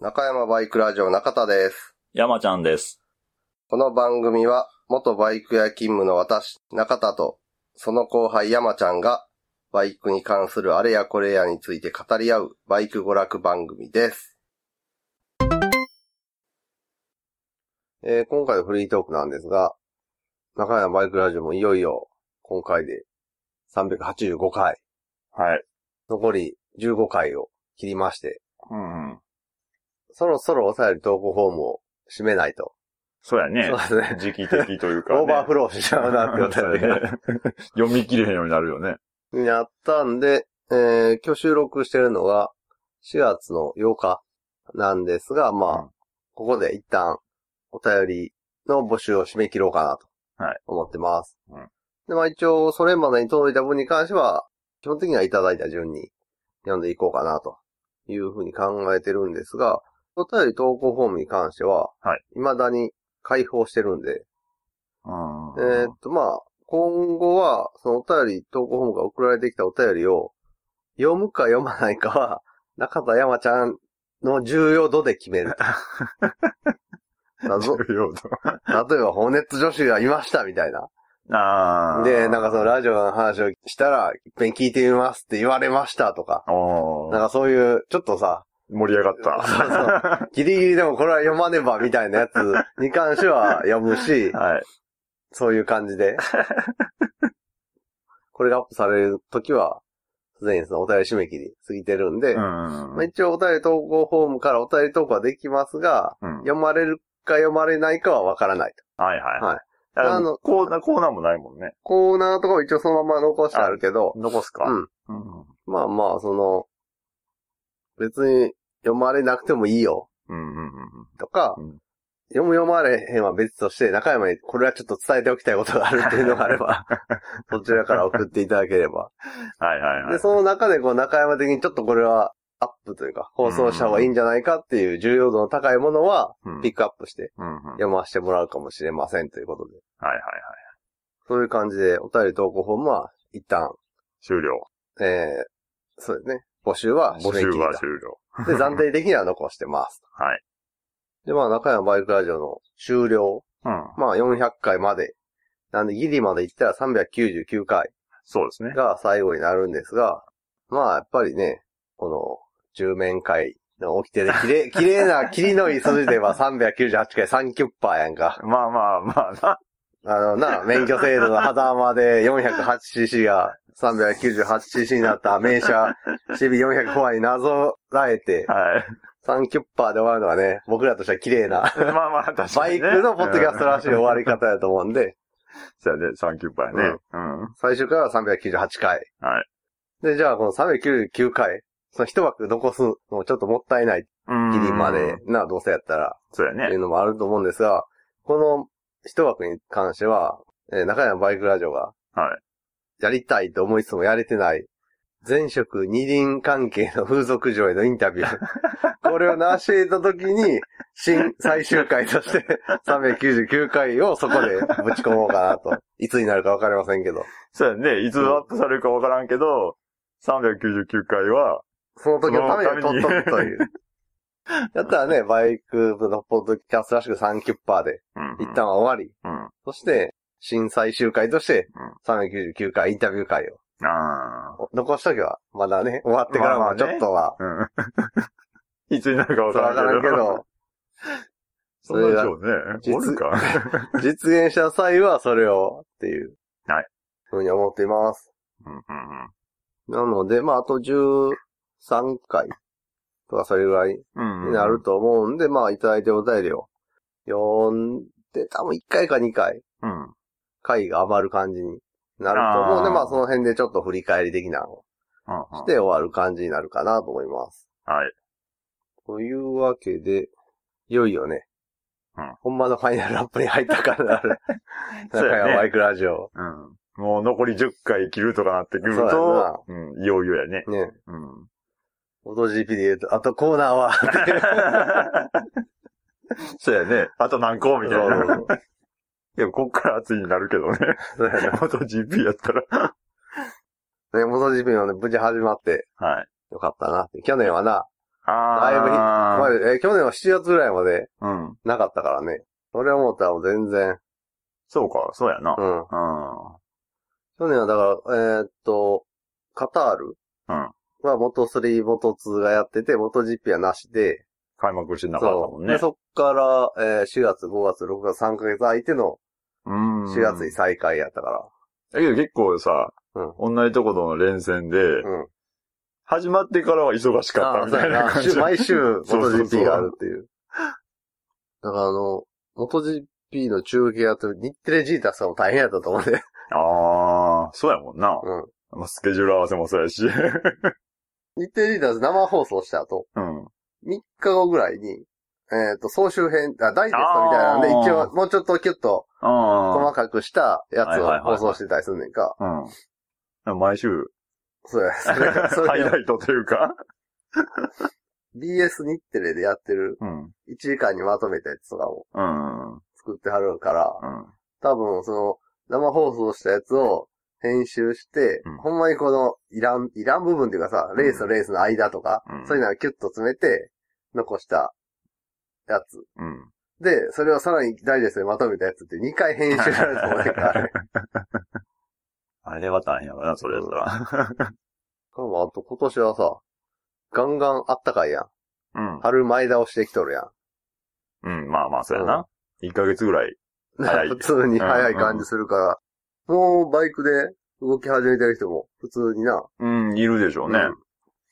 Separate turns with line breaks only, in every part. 中山バイクラジオ中田です。
山ちゃんです。
この番組は、元バイク屋勤務の私、中田と、その後輩山ちゃんが、バイクに関するあれやこれやについて語り合う、バイク娯楽番組です。えー今回のフリートークなんですが、中山バイクラジオもいよいよ、今回で385回、
はい。
残り15回を切りまして、
うん、うん。
そろそろお便り投稿フォームを締めないと。
そうやね
そう。ですね。
時期的というか、ね。
オーバーフローしちゃうなってことで、
そうやね 読み切れへんようになるよね。
やったんで、えー、今日収録してるのが4月の8日なんですが、まあ、
うん
ここで一旦お便りの募集を締め切ろうかなと
はい
思ってます。
うん
で、まあ一応、それまでに届いた分に関しては、基本的にはいただいた順に読んでいこうかなというふうに考えてるんですが、お便り投稿フォームに関しては、
はい
未だに開放してるんで、
うん。
えーっと、まあ、今後は、そのお便り、投稿フォームが送られてきたお便りを、読むか読まないかは、中田山ちゃんの重要度で決 めると。だぞ
重 要度。
例えば、ホーネット女子がいましたみたいな。
あー
で、なんかその、ラジオの話をしたら、一遍聞いてみますって言われましたとか。
おー
なんかそういう、ちょっとさ、
盛り上がった。、
そうそギリギリでもこれは読まねばみたいなやつに関しては読むし
はい。
そういう感じ で。これがアップされるときは、すでにそのお便り締め切り過ぎてるんで、
うん
まあ、一応お便り投稿フォームからお便り投稿はできますが、
うん。
読まれるか読まれないかはわからないと。
はいはい。
はい
だから
あの
コーナー、コーナーもないもんね。
コーナーとかも一応そのまま残してあるけど、
残すか。
うん
うん。
まあまあ、その、別に読まれなくてもいいよ
うんうんうん
とか、
うん
読む読まれへんは別として、中山にこれはちょっと伝えておきたいことがあるっていうのがあれ ば、そちらから送っていただければ。
はいはいはい。
で、その中でこう中山的にちょっとこれはアップというか、放送した方がいいんじゃないかっていう重要度の高いものは
うん、
ピックアップして
うんうん。はいはい
読ませてもらうかもしれませんということで。
はい。
そういう感じでお便り投稿フォームは一旦、
終了。
えー、そうですね。募集は締
募
め
集
切り
は終了。
だで、暫定的には残してます。
はい。
で、まあ中山バイクラジオの終了。
うん。
まあ400回まで。なんでギリまで行ったら399回。
そうですね。
が最後になるんですが、まあ、やっぱりね、この、十面会の起きてる綺麗、綺麗 な、霧のいい筋では398回3キュッパーやんか。
まあまあまあな。
あの、な、免許制度の狭間で 408cc が 398cc になった名車 CB400 フォアになぞらえて、
はい。
3キュッパーで終わるのはね、僕らとしては綺麗な、
まあまあ、確
バ
か
イ
に、ね。
クのポッドキャストらしい終わり方やと思うんで、
そうやね、サンキューパーね。うん。
最終回は398回。
はい。
で、じゃあこの399回、その一枠残すのもちょっともったいないギリまで。な、どうせやったら、
そうや
ってい
ね
う。のもあると思うんですが、この一枠に関しては、えー中山バイクラジオが、
はい。
やりたいと思いつつもやれてない、前職二輪関係の風俗嬢へのインタ ビュー。これを成し得た時に、新、最終回として、399回をそこでぶち込もうかなと。いつになるかわかりませんけど。
そうやね。いつアップされるかわからんけど、399回は、
その時のために
そ
撮
の
ったと
めに
くという。 だったらね、バイクのポッドキャストらしく3キュッパーで、
うん
一。旦は終わり。
うん。
そして、新最終回として、399回インタビュー会
あ
を。残しとけば、まだね、終わってから
まあまあ
も
ね
ちょっとは、
あ。うん。 いつになるかわ
そらわ
か
からら
ん
ん
け
け
ど。
ど、
そんなんでしょうね。
実
おるか。
実現した際はそれを、っていう、
はい。
ふうに思っています。
うんうん
なので、まあ、あと13回とかそれぐらい
うん。うん。
になる。と思うんで、まあ、いただいてお便りを読んで、多分1回か2回、
うん。
回が余る感じになると思うんで、
あー
まあ、その辺でちょっと振り返り的なのをし
は
て終わる感じになるかなと思います。
い。
というわけで、いよいよね、
うん
ほんまのファイナルアップに入ったからなる。
そう
中
やね
山バイクラジオ。
うん。もう残り10回切るとかなってくる
そうや
と、うん、いよいよやね。
ね、
うん。
オト GP で言うと、あとコーナーは、
そうやね。あと何個みたい
そう
な。
そうそう
でも、こっから熱いになるけどね。
そうやな。
元 GP やったら。
ね、オト GP もね、無事始まって
はい。
よかったなって。去年はな、まあ
あ
えー去年は7月ぐらいまで
あ。うん。
なかったからね。それ思ったらもう全然。
そうか、そうやな。
うん。
う
去年はだから、えーっと、カタール
うん
は元3、元2がやってて、元 GP はなしで、
ん。開幕してなかったもんね。
でそっから、えー4月、5月、6月、3ヶ月空いての
うん。
4月に再開やったから。
だけど結構さ、同じとことの連戦で、
うん。
始まってからは忙しかったみたいな
あ
感
そう
じ。
やな毎週、元
そうそうそう
GP があるっていう。だからあの、元 GP の中継やってる日テレジータさんも大変やったと思うんで。
ああ、そうやもんな。
うん。
まあ、スケジュール合わせもそうやし。
日テレジータ生放送した後、
うん。
3日後ぐらいに、えっ、と、総集編、あ、ダイジェストみたいなんで、
あー
一応、もうちょっとキュッと
ああ。
細かくしたや
は
つ
いはい
を
はいは
放
い
送してたりすんねんか。
うん。毎週、
そう や、 それ、そ
ハイ
れ
ライトというか。
BS 日テレでやってる
うん。うん。
1時間にまとめたやつとかを
うん。
作ってはるから、多分、その、生放送したやつを編集して、
うん
ほんまにこの、いらん、いらん部分っていうかさ、レースとレースの間とか、
うん
そういうのをキュッと詰めて、残したやつ。
うん。
で、それをさらにダイジェストでまとめたやつって2回編集されると思うねん から、ね。
あれは大変やろな、それやったら。
しかもあと今年はさ、ガンガンあったかいやん。
うん。
春前倒してきとるやん。
うん、まあまあ、そうやな。1ヶ月ぐらい。早い
普通に早い感じするから、もうバイクで動き始めてる人も普通にな。
うん、いるでしょうね。
うん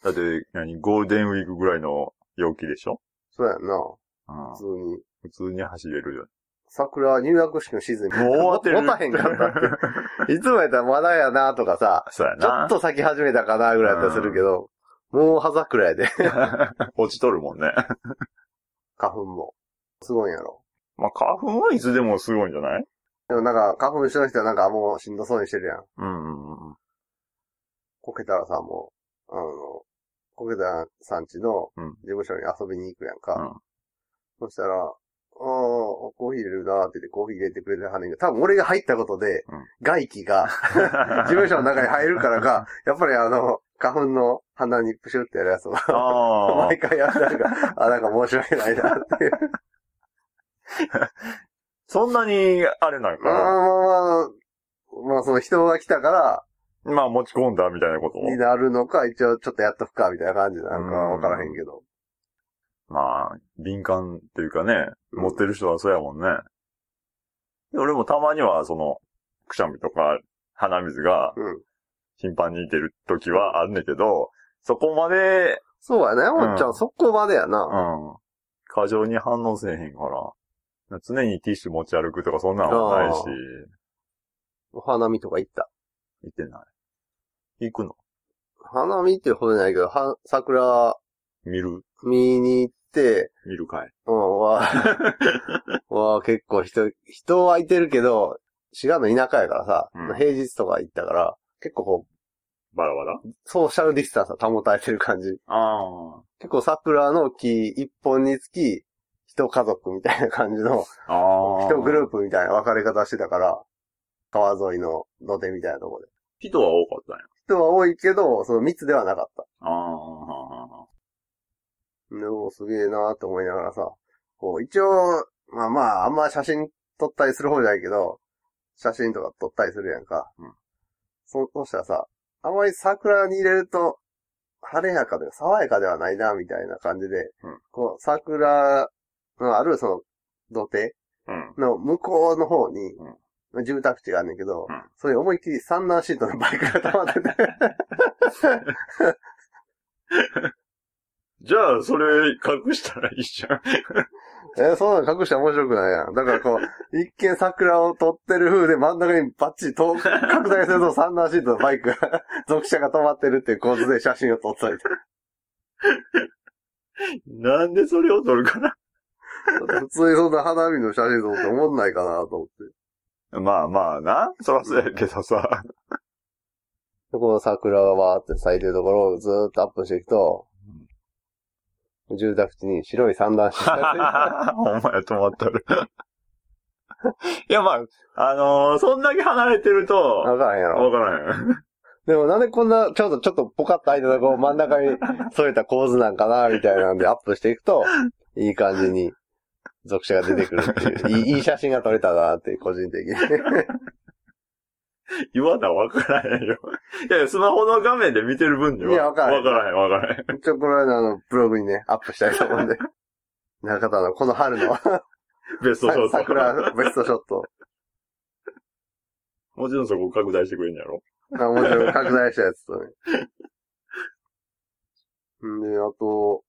だって、何、ゴールデンウィークぐらいの陽気でしょ
そうやんな。
うん
普。通に。
普通に走れるよ。
桜入学式のシーズンに
もう終わってる。
持たへんかったっ て。いつもやったらまだやなとかさ、
そうや
ちょっ
な。
と咲き始めたかなぐらいだったりするけど、もう葉桜やで、
落ちとるもんね。
花粉も。すごいんやろ。
まあ、花粉はいつでもすごいんじゃない
でもなんか、花粉症の人はなんかもうしんどそうにしてるやん。
うんうんうん。
こけたらさ、もう、あの、こけたらさんちの
うん
事務所に遊びに行くやん
う
か。
ん
そしたら、ああ、コーヒー入れるなーって言ってコーヒー入れてくれてはんねんけど、多分俺が入ったことで
うん、
外気 が、事務所の中に入るからか、やっぱりあの、花粉の鼻にプシュってやるやつを、
ああ
毎。回やったるから、あ、なんか申し訳ないなっていう。
そんなに、あれなん
まあまあ
か
まあ、まあその人が来たから、
な。まあ、持ち込んだみたいなこと
になるのか、一応ちょっとやっとくか、みたいな感じでなんかわからへんけど。
まあ、敏感っていうかね、
うん
持ってる人はそうやもんね。で俺もたまには、その、くしゃみとか、鼻水が
うん。
頻繁に出る時はあるんだけど、そこまで、
そうやね、もっちゃ
うん
ん、そこまでや
う
な。
ん、過剰に反応せえへんから、常にティッシュ持ち歩くとかそんなのはないし
あ、お花見とか行った。
行ってない。行くの
花見っていうほどじゃないけど、は桜
見る
見に行って、
見るかい
うん、わ あわあ結構人、人は空いてるけど、滋賀の田舎やからさ、
うん
平日とか行ったから、結構こう、
バラバラ
ソーシャルディスタンスは保たれてる感じ。
あ
結構桜の木一本につき、一家族みたいな感じの、
あ。ああ。
一グループみたいな分かれ方してたから、川沿いの土手みたいなところで。
人は多かったんや。
人は多いけど、その密ではなかった。
ああ。
でもすげえなーって思いながらさ、こう、一応、まあまあ、あんま写真撮ったりする方じゃないけど、写真とか撮ったりするやんか。
うん
そ、そしたらさ、あまり桜に入れると、晴れやかで、爽やかではないな、みたいな感じで、
うん
こう、桜のあるその土手
うん。
の向こうの方に、
うん
住宅地があるんだけど、
うん
それ思いっきり三段シートのバイクが溜まってて、
じゃあ、それ隠したらいいじゃん。
えーそんなの隠したら面白くないやん。だからこ う、一見桜を撮ってる風で真ん中にバッチリと拡大するとサンダーシートのバイクが、 属者が止まってるっていう構図で写真を撮ったりとか
なんでそれを撮るかな
普通にそんな花火の写真撮って思んないかなと思って。
まあまあな。そらそうやけどさ。
で、この桜がわーって咲いてるところをずーっとアップしていくと、住宅地に白い三段シートが
お前止まった る。いやまあ、あのーそんだけ離れてる と、
ついてる。わからんやろ。
わからんよ。
でもなんでこんな、ちょっと、ちょっとポカッと開いたとこ真ん中に添えた構図なんかな、みたいなんでアップしていく と、いい感じに、属者が出てくるって いう、いいいい写真が撮れたな、って、個人的に。
言わなわからへんよ。いや、スマホの画面で見てる分には。
いやわからへん
わからへん、わから へん。
ちょ、これはねあの、ブログにね、アップしたいと思 うんで。中田の、この春の、
ベストショット。
桜、ベストショット。
もちろんそこ拡大してくれんやろ。
あ、もちろん拡大したやつとね。んで、あと、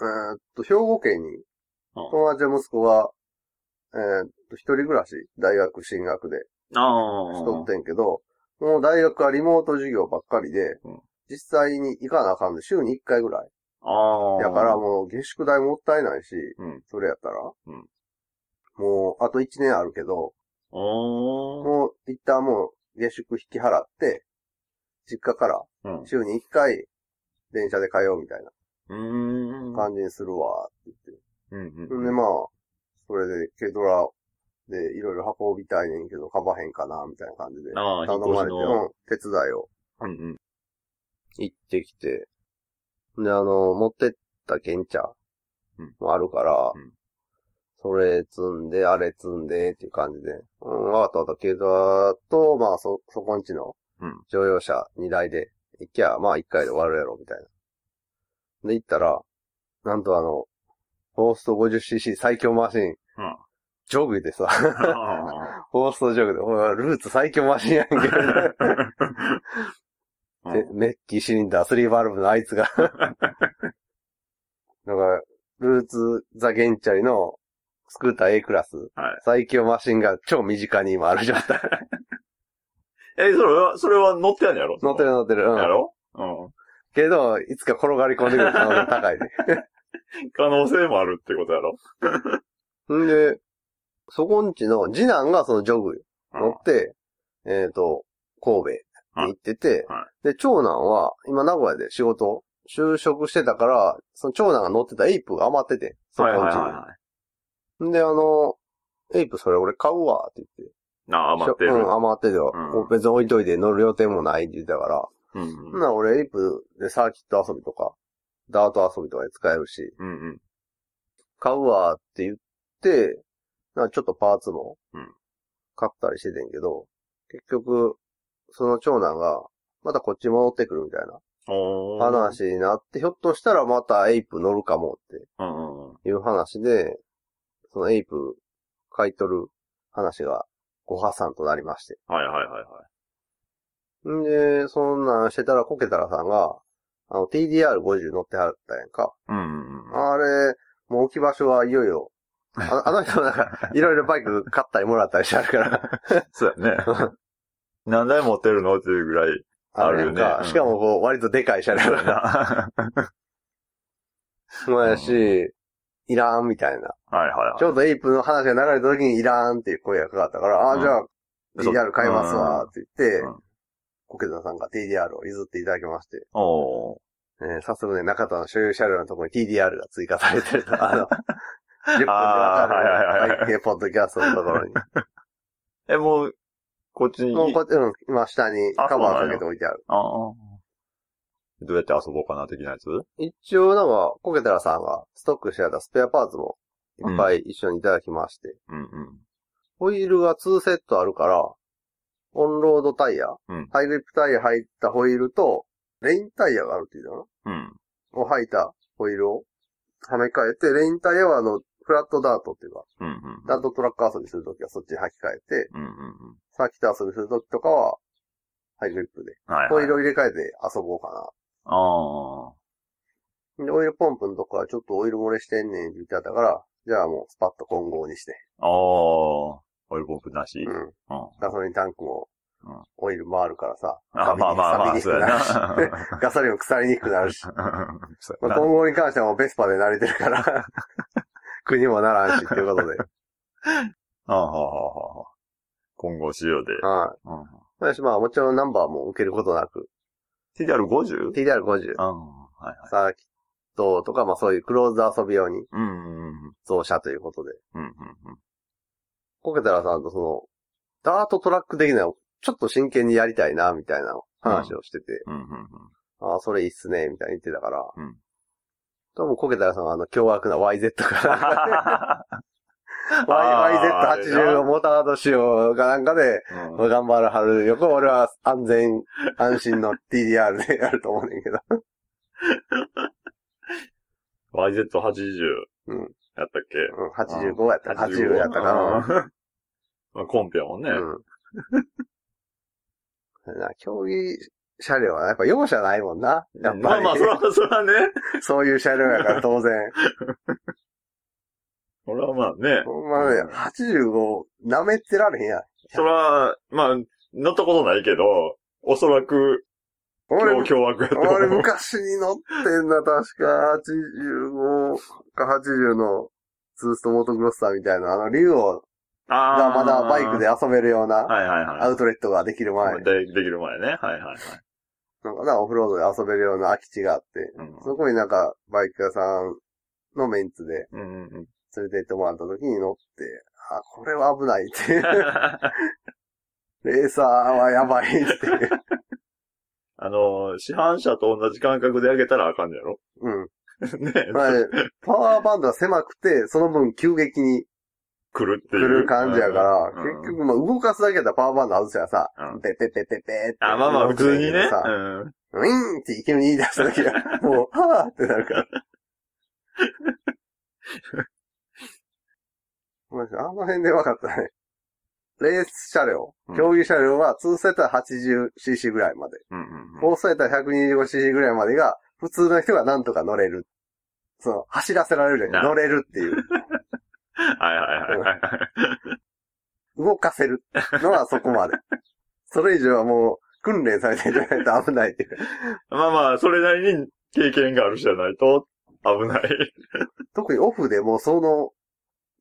えーっと、兵庫県に、
うん
友達の息子は、えーっと、一人暮らし、大学進学で、しと
あ
ってんけど、もう大学はリモート授業ばっかりで
うん、
実際に行かなあかんで、週に1回ぐらい。
あ。ああ。
だからもう、下宿代もったいないし、
うん
それやったら、
うん
もう、あと1年あるけど、
おー。
もう、一旦もう、下宿引き払って、実家から、
うん。う
週に一回、電車で通うみたい
ーん。
な感じにするわ。
うんうん
ん、で、まあ、それで、軽トラでいろいろ運びたいねんけど、かばへんかな、みたいな感じで、
ああ、
頼
引っ越
ま
し
れて、
の。
うん、手伝いを
うん うん。
行ってきて、で、あの、持ってったケンチャ
うん
もあるから、
うん
それ積んで、あれ積んで、っていう感じで、うん、わかったわかった、軽トラと、まあ、そ、そこんちの
うん、
乗用車2台で行きゃ、まあ、1回で終わるやろ、みたいな。で、行ったら、なんとあの、フォースト 50cc 最強マシン、
うん
ジョグでさ、
あ
フォーストジョグで、ほら、ルーツ最強マシンやんけ。
あ
でメッキシリンダー、3バルブのあいつ が。なんか、ルーツ・ザ・ゲンチャリのスクーター A クラス、
はい
最強マシンが超身近に今ある状 態。
え、それは、それは乗ってんのやろ
乗ってる乗ってる。う
や
ん。
ろうん。
けど、いつか転がり込んでくる可能性が高い ね。
可能性もあるってことやろ
んで、そこんちの次男がそのジョグ
う
乗
ん
って、えっ、と、神戸に行ってて、
は
で、長男は今名古屋で仕事、就職してたから、その長男が乗ってたエイプが余ってて、そこん
は
ち
い
に。
はいはいは
んで、あの、エイプそれ俺買うわって言って。
い。なあ、余ってる。
うん、余ってるよ。
うん
もう別に置いといて乗る予定もないって言ってたから。
うん
ほん、なら俺エイプでサーキット遊びとか、ダート遊びとかで使えるし、
うんうん。
買うわって言って、なんかちょっとパーツも
うん、
買ったりしててんけど、結局、その長男が、またこっち戻ってくるみたいな
おー。
話になって、ひょっとしたらまたエイプ乗るかもっ
うんうんうん。
ていう話で、そのエイプ買い取る話がご破産となりまして。
はいはいはいはい。
んで、そんなんしてたら、コケタラさんが、あの、TDR50 乗ってはったやんか。
うんうんうん。
あれ、もう置き場所はいよいよ。ああの人なん か、いろいろバイク買ったりもらったりしてあるから。
そう やね。何台持ってるのっていうぐらい。あるよね
やんか
うん
しかもこう、割とでかい車両
そうや
が。
な
そうやし、いらんみたいな。
はいは
ち
いは
ょうどエイプの話が流れた時にいらんっていう声がかかったから、あ、
うん
じゃあ、
い。そう
TDR 買いますわっ。て言って
うんうん、
コケタラさんが TDR を譲っていただきまして。
うんおー。
えー早速ね、中田の所有車両のところに TDR が追加されてると。あ の、10分でわ
あー
か
はいはいはい
る。はい、ポッドキャストのとこ ろに。
え、もう、こっちに。
もうこうやって、うん、今下にカバーかけて置いてある。
ああ。どうやって遊ぼうかな、的なやつ
一応なんか、コケテラさんがストックしてあったスペアパーツもいっぱい一緒にいただきまして。
うんうん。
ホイールが2セットあるから、オンロードタイヤ、
うん
ハイグリップタイヤ入ったホイールと、レインタイヤがあるっていうの
うん。
かなを履いたホイールをはめ替えて、レインタイヤはあの、フラットダートっていうか、
うんうん。
ダートトラック遊びするときはそっちに履き替えて、
うんうんうん。
サーキット遊びするときとかは、ハイグリップで。
はい、
オイ
はい。
ルを入れ替えて遊ぼうか
ああ。
な。で、オイルポンプのとこはちょっとオイル漏れしてんねんって言ってあったから、じゃあもうスパッと混合にして。
ああ。オイルポンプなし。
う
うん。
ん。
あ
ガソリンタンクも
うん、
オイル回るからさ。
まあまあまあ、
錆び
そうや
にくくなるし。
な。
ガソリンも腐りにくくなる し。
そうや
まあ、
な
混合に関してはもうベスパで慣れてる から、国もならんしっていうことで。
ああ、はあはあはあ。混合仕様で。
はい。
うん
私まあもちろんナンバーも受けることなく、
TDR50?
TDR50、
ああ、はいはい。
サーキットとかまあそういうクローズ遊び用に
うんうんうん。
増車ということで。
うんうんうん。
コケタラさんとその、ダートトラック的なのをちょっと真剣にやりたいな、みたいな話をしてて、
うん、うん、うん。
ああ、それいいっすね、みたいに言ってたから。
うん
多分、コケタラさんは、あの、凶悪な YZ から、
あー
YZ80 をモータード仕様かなんかで、
うん
頑張るはるよく俺は安全、安心の TDR でやると思うねんけど。
YZ80。
うん
やったっけ
うん、85やったか、80やったか
な
な。。
まあ、コンペやもんね。
うん。 それな競技車両はやっぱ容赦ないもんな。やっぱり、
まあまあ、そら、そらね。
そういう車両やから 当然。
そらまあね。
ほんまね
うん、
85舐めてられへんやん。
そら、まあ、乗ったことないけど、おそらく、
俺
今日、凶悪やと思
俺
う。
昔に乗ってんだ、確か。85か80のツーストモートクロスターみたいな、あの、竜王
あ
がま
ー
だバイクで。遊べるような
はいはい
ア
は
ウトレットができる前
い。、で、できる前ね。はいはいはい。
なんかな、オフロードで遊べるような空き地があって、
うん
そこになんか、バイク屋さんのメンツで
うんうん うん。
連れて行ってもらった時に乗って、あ、これは危ないって。 レーサーはやばい って。
あの、市販車と同じ感覚であげたらあかんのやろ
うん。
ね
まあパワーバンドは狭くて、その分急激に
来るってい
来
う。
る感じやから、
うん
結局、まあ、動かすだけだったらパワーバンド外したらさ
う、ん
ペペペペペって。
あ、まあまあ、普通にね。
さ
うん。
ウィーンって急に言い出した時 は、もう、はぁってなるから。もうあの辺で分かったね。レース車両
う、ん
競技車両は2世帯 80cc ぐらいまで、
うんうんうん。
4世帯 125cc ぐらいまでが、普通の人がなんとか乗れる。その、走らせられるように
な
乗れるっていう、
はいはいはいはい。
動かせるのはそこまで。 それ以上はもう、訓練されていないと危ないっていう。
まあまあ、それなりに経験がある人じゃないと危ない。
特にオフでもうその、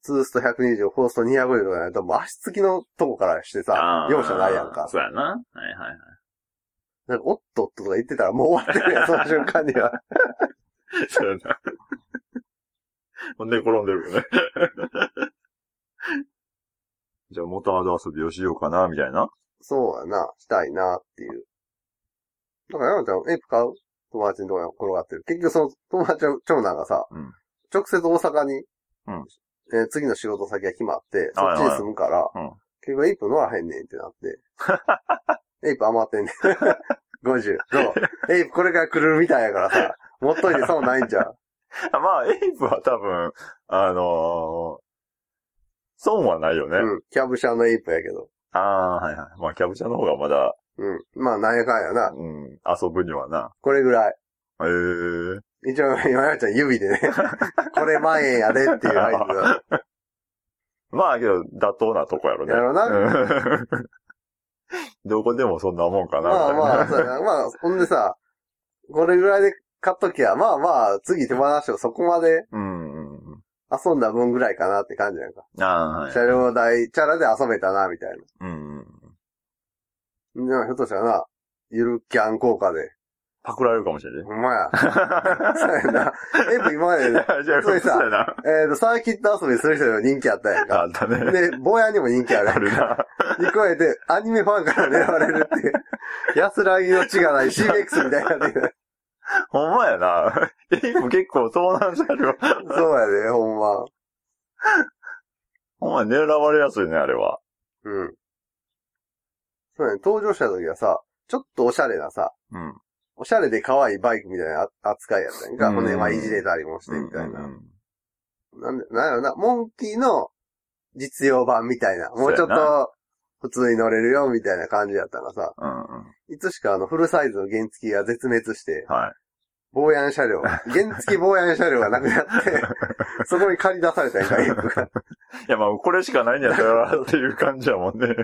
ツースト120、フォースト250とかないと、もう足つきのとこからしてさ
あ、ー
容赦ないやんか。
そうやな。はいはいはい。
なんか、おっとっととか言ってたらもう終わってるやん、その瞬間には。
そうやな。ほんで転んでるよね。じゃあ、モタード遊びをしようかな、みたいな。
そうやな、したいなっていう。だから、山ちゃん、エイプ買う友達のとこに転がってる。結局その友達の長男がさ、
うん
直接大阪に、
うん
えー次の仕事先が決まって、そっ
はい
ち
はい
に住むから、
うん
結局エイプ乗らへんねんってな って。エイプ余ってんねん。50。そう。エイプこれから来るみたいやからさ、持っといて損ないんじゃん。
あまあ、エイプは多分、あのー損はないよ ね。
うん。キャブ車のエイプやけど。
ああ、はいはい。まあ、キャブチャの方がまだ、
うん。まあ、なんやかんやな。
うん、遊ぶにはな。
これぐらい。
ええー。
一応、今やちゃん指 でね、これ万円やでっていう合図が。
まあけど、妥当なとこやろね。
やろな
うん。どこでもそんなもんかな、み
ま
た
あまあ、
いな。
そうやなまあ、ほんでさ、これぐらいで買っときゃ、まあまあ、次手放しをそこまで
うんうんう
遊んだ分ぐらいかなって感じやんか。
ん。ああ、はい。
車両代、チャラで遊べたな、みたい
うんうん。
な。でもひょっとしたらな、ゆるキャン効果で。
パクられるかもし れない。
ほんまや。そうや な。エイプ今まで、
じゃ
そ
あ、そう
れさ
やな。
えっ、と、サーキット遊びする人の人気あったやんか。
あったね。
で、坊やにも人気あるや
あ
ん
る
か。
な。
に加えて、アニメファンから狙われるっていう。安らぎの血がない CX みたいになってる。
ほんまやな。 エイプ結構遭難車両。
そうやで、ほんま。
ほんま狙われやすいね、あれは。
うん。そうだね、登場した時はさ、ちょっとおしゃれなさ、
うん。
おしゃれで可愛いバイクみたいな扱いやったんか。
うん
ほんで、まあ、いじれたりもしてみたい
うんう
な。なん
ん
で、なんやろな、モンキーの実用版みたいな。もうちょっ
そうや
と、普通に乗れるよ、みたいな感じやったからさ、
うん。うんうん
いつしかあの、フルサイズの原付が絶滅して、
はい。
防ヤン車 両、原付防ヤン車両がなくなって、そこに借り出されたんやんか、エイプが。
いや、まあ、これしかないんやった ら、っていう感じやもんね。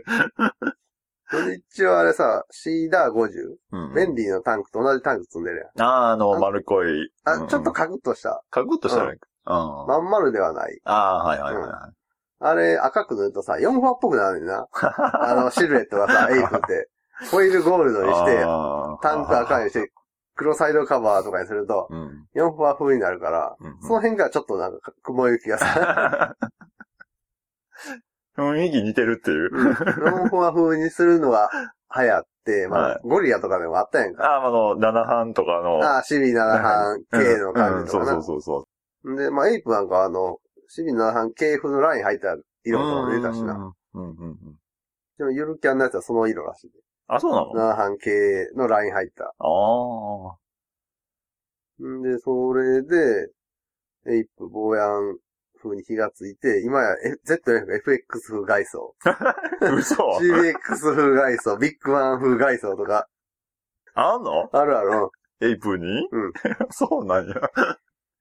土日はあれさ、シーダー50、
うん
ベンリーのタンクと同じタンク積んでるやん。
あーあの、丸っこい。
あ、
うんうん
ちょっとカクッとした。
かぐっとしたらいいか。うん。
まん丸ではない。
ああー、はいはいはいはい。
あれ、赤く塗るとさ、4ファっぽくなるねん な。あの、シルエットがさ、エイプって。ホイールゴールドにして、
あー
タンク赤にして、黒サイドカバーとかにすると、
うん。
4ファ風になるから、
うん
その辺からちょっとなんか雲行きがさ、
雰囲気似てるっていう。
4ファ風にするのが流行っって、まあ、
はい
ゴリラとかでもあったやんか。
ああ、あの、七班とかの。
ああ、シビ7班 K の
う
感
ん
じ
そ
とか
う
な。
そうそうそう。
で、まあ、エイプなんかはあの、シビ7班 K 風のライン入った色とかも出たしな。。
うんうんうん。
でも、ゆるキャンのやつはその色らしい。
あ、そうなの
7班 K のライン入った。
ああ。
んで、それで、エイプ、坊やん風に火がついて、今や F- ZF、FX 風外装、
嘘
CBX 風外装、ビッグワン風外装とか、
あんの
あるある。うん
エイプに
うん
そうなんや。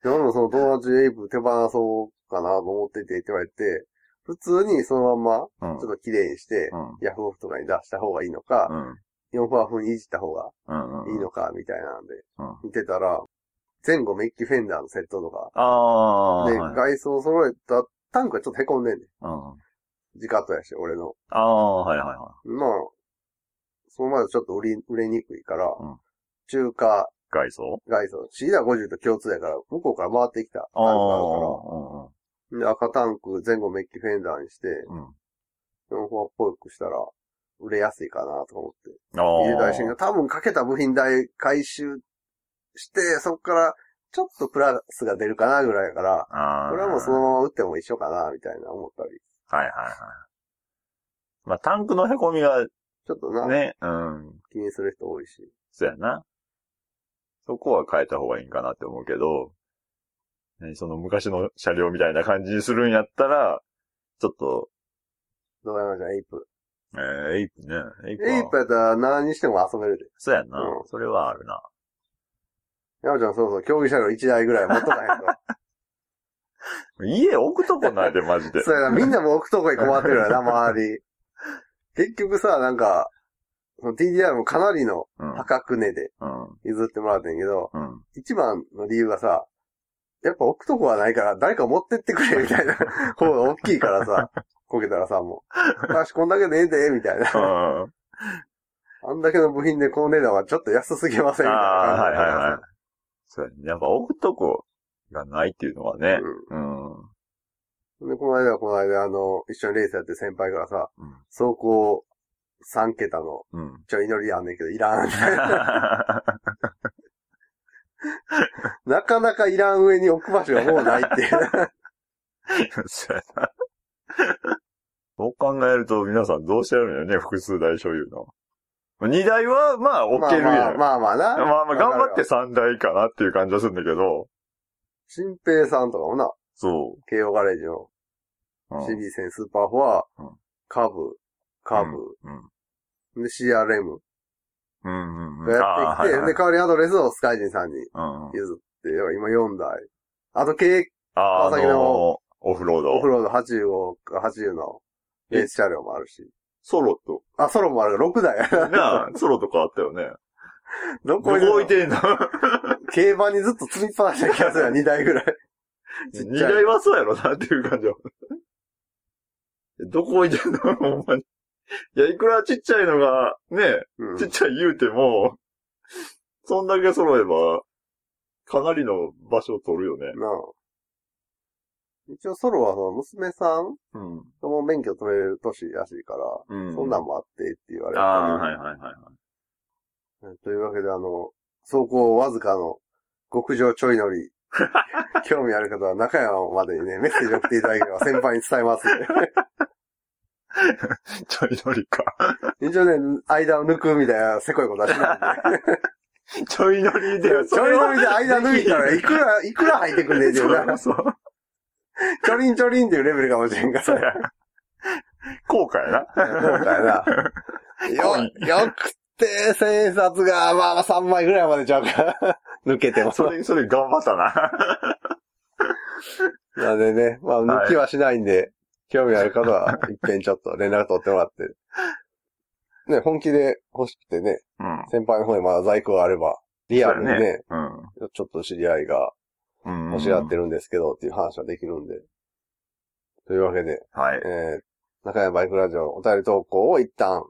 で俺もその友達エイプ手放そうかなと思っててって言われて、普通にそのまんま、
うん
ちょっと綺麗にして
う、ん。
ヤフオクとかに出した方がいいのか、
うん。
4ファー風にいじった方が
うんうん。
いいのか、みたいなんで
うん、
見てたら、前後メッキフェンダーのセットとか、
ああ。
で、
はい
外装揃えたタンクがちょっと凹んでんねん。
うん。
時間とやし、俺の。
ああ、はいはいは
まあ、そのまでちょっと売り、売れにくいから
うん、
中華
い。外装
外装、シーダー50と共通やから、向こうから回ってきたタンク
ああ。
あるから、
う
で、赤タンク前後メッキフェンダーにして、
んうんうん。
4フォアっぽくしたら、売れやすいかなとか思って。
ああ。
入れ代新が多分かけた部品代回収して、そこからちょっとプラスが出るかなぐらいやから、
ああ。
これはもうそのまま売っても一緒かな、みたいな思ったり。
はいはいはい。まあ、タンクの凹みが
ちょっとな、
ね、うん、
気にする人多いし。
そうやな。そこは変えた方がいいんかなって思うけど、ね、その昔の車両みたいな感じにするんやったら、ちょっと、
どうやらじゃん、エイプ。
えー、エイプね。エイプは。
エイプやったら何にしても遊べるで。
そうやな、
うん
それはあるな。
山ちゃんそうそう、競技車両1台ぐらい持っとかへんと。
家置くと こないで、マ ジで。
そうやな、みんなも置くとこに困ってるよな、周 り。結局さ、なんか、その TDR もかなりの
うん。
破格値で
うん。
譲ってもらってんけど、
うん。
一番の理由がさ、やっぱ置くとこはないから、誰か持ってってくれ、み たいな方が大きいからさ、こけたらさ、もう。私こんだけでええで、みたいな。
うん。
あんだけの部品でこの値段はちょっと安すぎません、みたいな
ああー、
感じ
はい
だか
は
ら
い
さ
はい。そうやね。やっぱ置くとこがないっていうのはね。うん。
うん。で、この間はこの間、あの、一緒にレースやってる先輩からさ、
うん。
走行3桁の
うん。
ちょい乗りあんねんけど、いらん。 なかなかいらん上に置く場所がもうないって いう。
そうやな。そう考えると皆さんどうしてやるんだよね、複数台所有の。二台は、まあ、置けるやん。ま
まあまあ
あま
まあ
あ、
な。
まあ頑張って三台かなっていう感じはするんだけど、
新平さんとかもな、
そ
慶応ガレージの
う。うん
シビ戦スーパーフォア
うん、
カブ、カブ、
うん。
で CRM
うんうんうん。
がやってきて、
あーはいはい
で、代わりアドレスをスカイジンさんに
うんうん
譲って、今4台。あと、経川
あー、あ
崎の
のー、オフロー
オフ
ド。
ロード85か80のレース車両もあるし。
ソロと。
あ、ソロもある6台。
なあ、ソロとかあったよね。
ど
どこ
こに
置いてんの
競馬にずっと積みっぱなしな気がす るよ、2台ぐらい。ちっ
二
ちゃい
台はそうやろなっていう感じは。どこ置いてんのほんまに。いや、いくらちっちゃいのが、ねえ、
うん
ちっちゃい言うても、そんだけ揃えば、かなりの場所を取るよね。
なあ一応ソロはその娘さん
うん。
とも免許取れる年らしいから、
う
そんなんもあってって言われて。
ああ、はいはいはい。
というわけで、あの、走行わずかの極上ちょい乗 り、興味ある方は中山までにね、メッセージ送っていただければ先輩に伝えますん
ちょい乗りか。
で。一応ね、間を抜くみたいなせこいことはしないんで。
ちょい乗りで
ちょ、
そ
い
れは
乗りで間抜いたらいくら、いくら入ってくんねんっていう
そ
な
う。そう。
ちょりんちょりんっていうレベルかもしれんから。
そうや。効果やな。
今回な。 よ、よくて、千円札が、まあまあ3枚ぐらいまでちゃうから、 抜けてます
そ。れ、それ頑張ったな。
なんでね、まあ
はい
抜きはしないんで、興味ある方は、一遍ちょっと連絡取ってもらって。ね、本気で欲しくてね、
うん。
先輩の方にまだ在庫があれば、リアルにね、
うん。
ちょっと知り合いが
うん。
欲しがってるんですけど、っていう話はできるんで。というわけで、
はい。
えー、中山バイクラジオのお便り投稿を一旦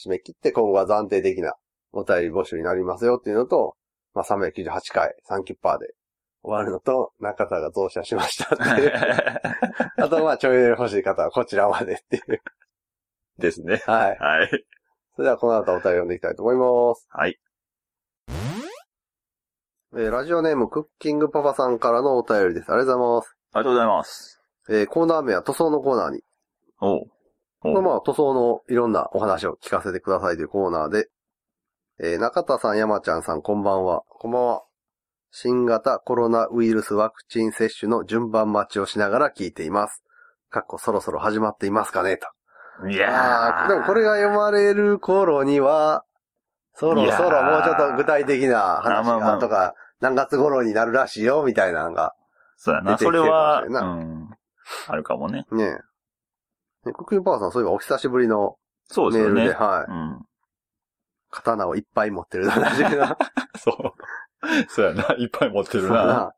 締め切って、今後は暫定的なお便り募集になりますよっていうのと、まあ、398回、3キッパーで終わるのと、中田が増車しましたって いう。 あと、まあ、ちょいで欲しい方はこちらまでっていう。
ですね。
はい。
はい。
それではこの後お便り読んでいきたいと思います。
はい。
えーラジオネームクッキングパパさんからのお便りです。ありがとうございます。
ありがとうございます。
えーコーナー名は塗装のコーナーに。
おう。お
この
う
まあ塗装のいろんなお話を聞かせてくださいというコーナーで、えー中田さん、山ちゃんさん、こんばんは。こんばんは。新型コロナウイルスワクチン接種の順番待ちをしながら聞いています。かっこそろそろ始まっていますかねと。
い
あ
や
あ、
ー。
でもこれが読まれる頃には、そろそ
いや
ろ
ー
もうちょっと具体的な話
あまあま
が
あ
とか、何月頃になるらしいよ、みたいなのが。
そうや
出
な。
てき
そ
て
れ
るか
は、
もしれ
うん
ない。
あるかもね。
ねえ。ね、クッキンパワーさん、そういえばお久しぶりの
そうで
メ
す
ー
よ
ルで、
ね。
はい。
うん。
刀をいっぱい持ってる話 が。
そう。そうやな。いっ ぱい持って
そう
るな。
な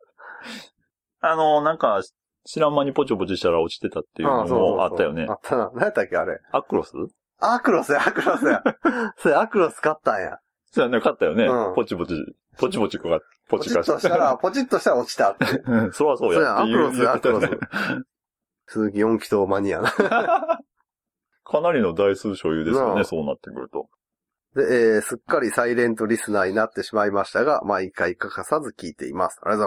あの、なんか、知らん間にポチョポチョしたら落ちてたっていう
あ
の
あそうそうそう
もあったよね
あ。ったな。何やったっけ、あれ。
アクロス
アクロスや、アクロスや。 それ、アクロス買ったんや。
そうやね。勝ったよね
う。ん
ポチポチ、ポチポチかか、ポ
ポ
チ
チッ
か
とした ら、ポチッとしたら落ちたって。
うんそらそう
そう
や
や、
っ
ア
て
ク
いう
ロスや、アクロス。鈴木四気筒マニアな。
かなりの台数所有ですよ
なあ
ね、そうなってくると。
で、えーすっかりサイレントリスナーになってしまいましたが、毎回欠かさず聞いています。ありがとうございます。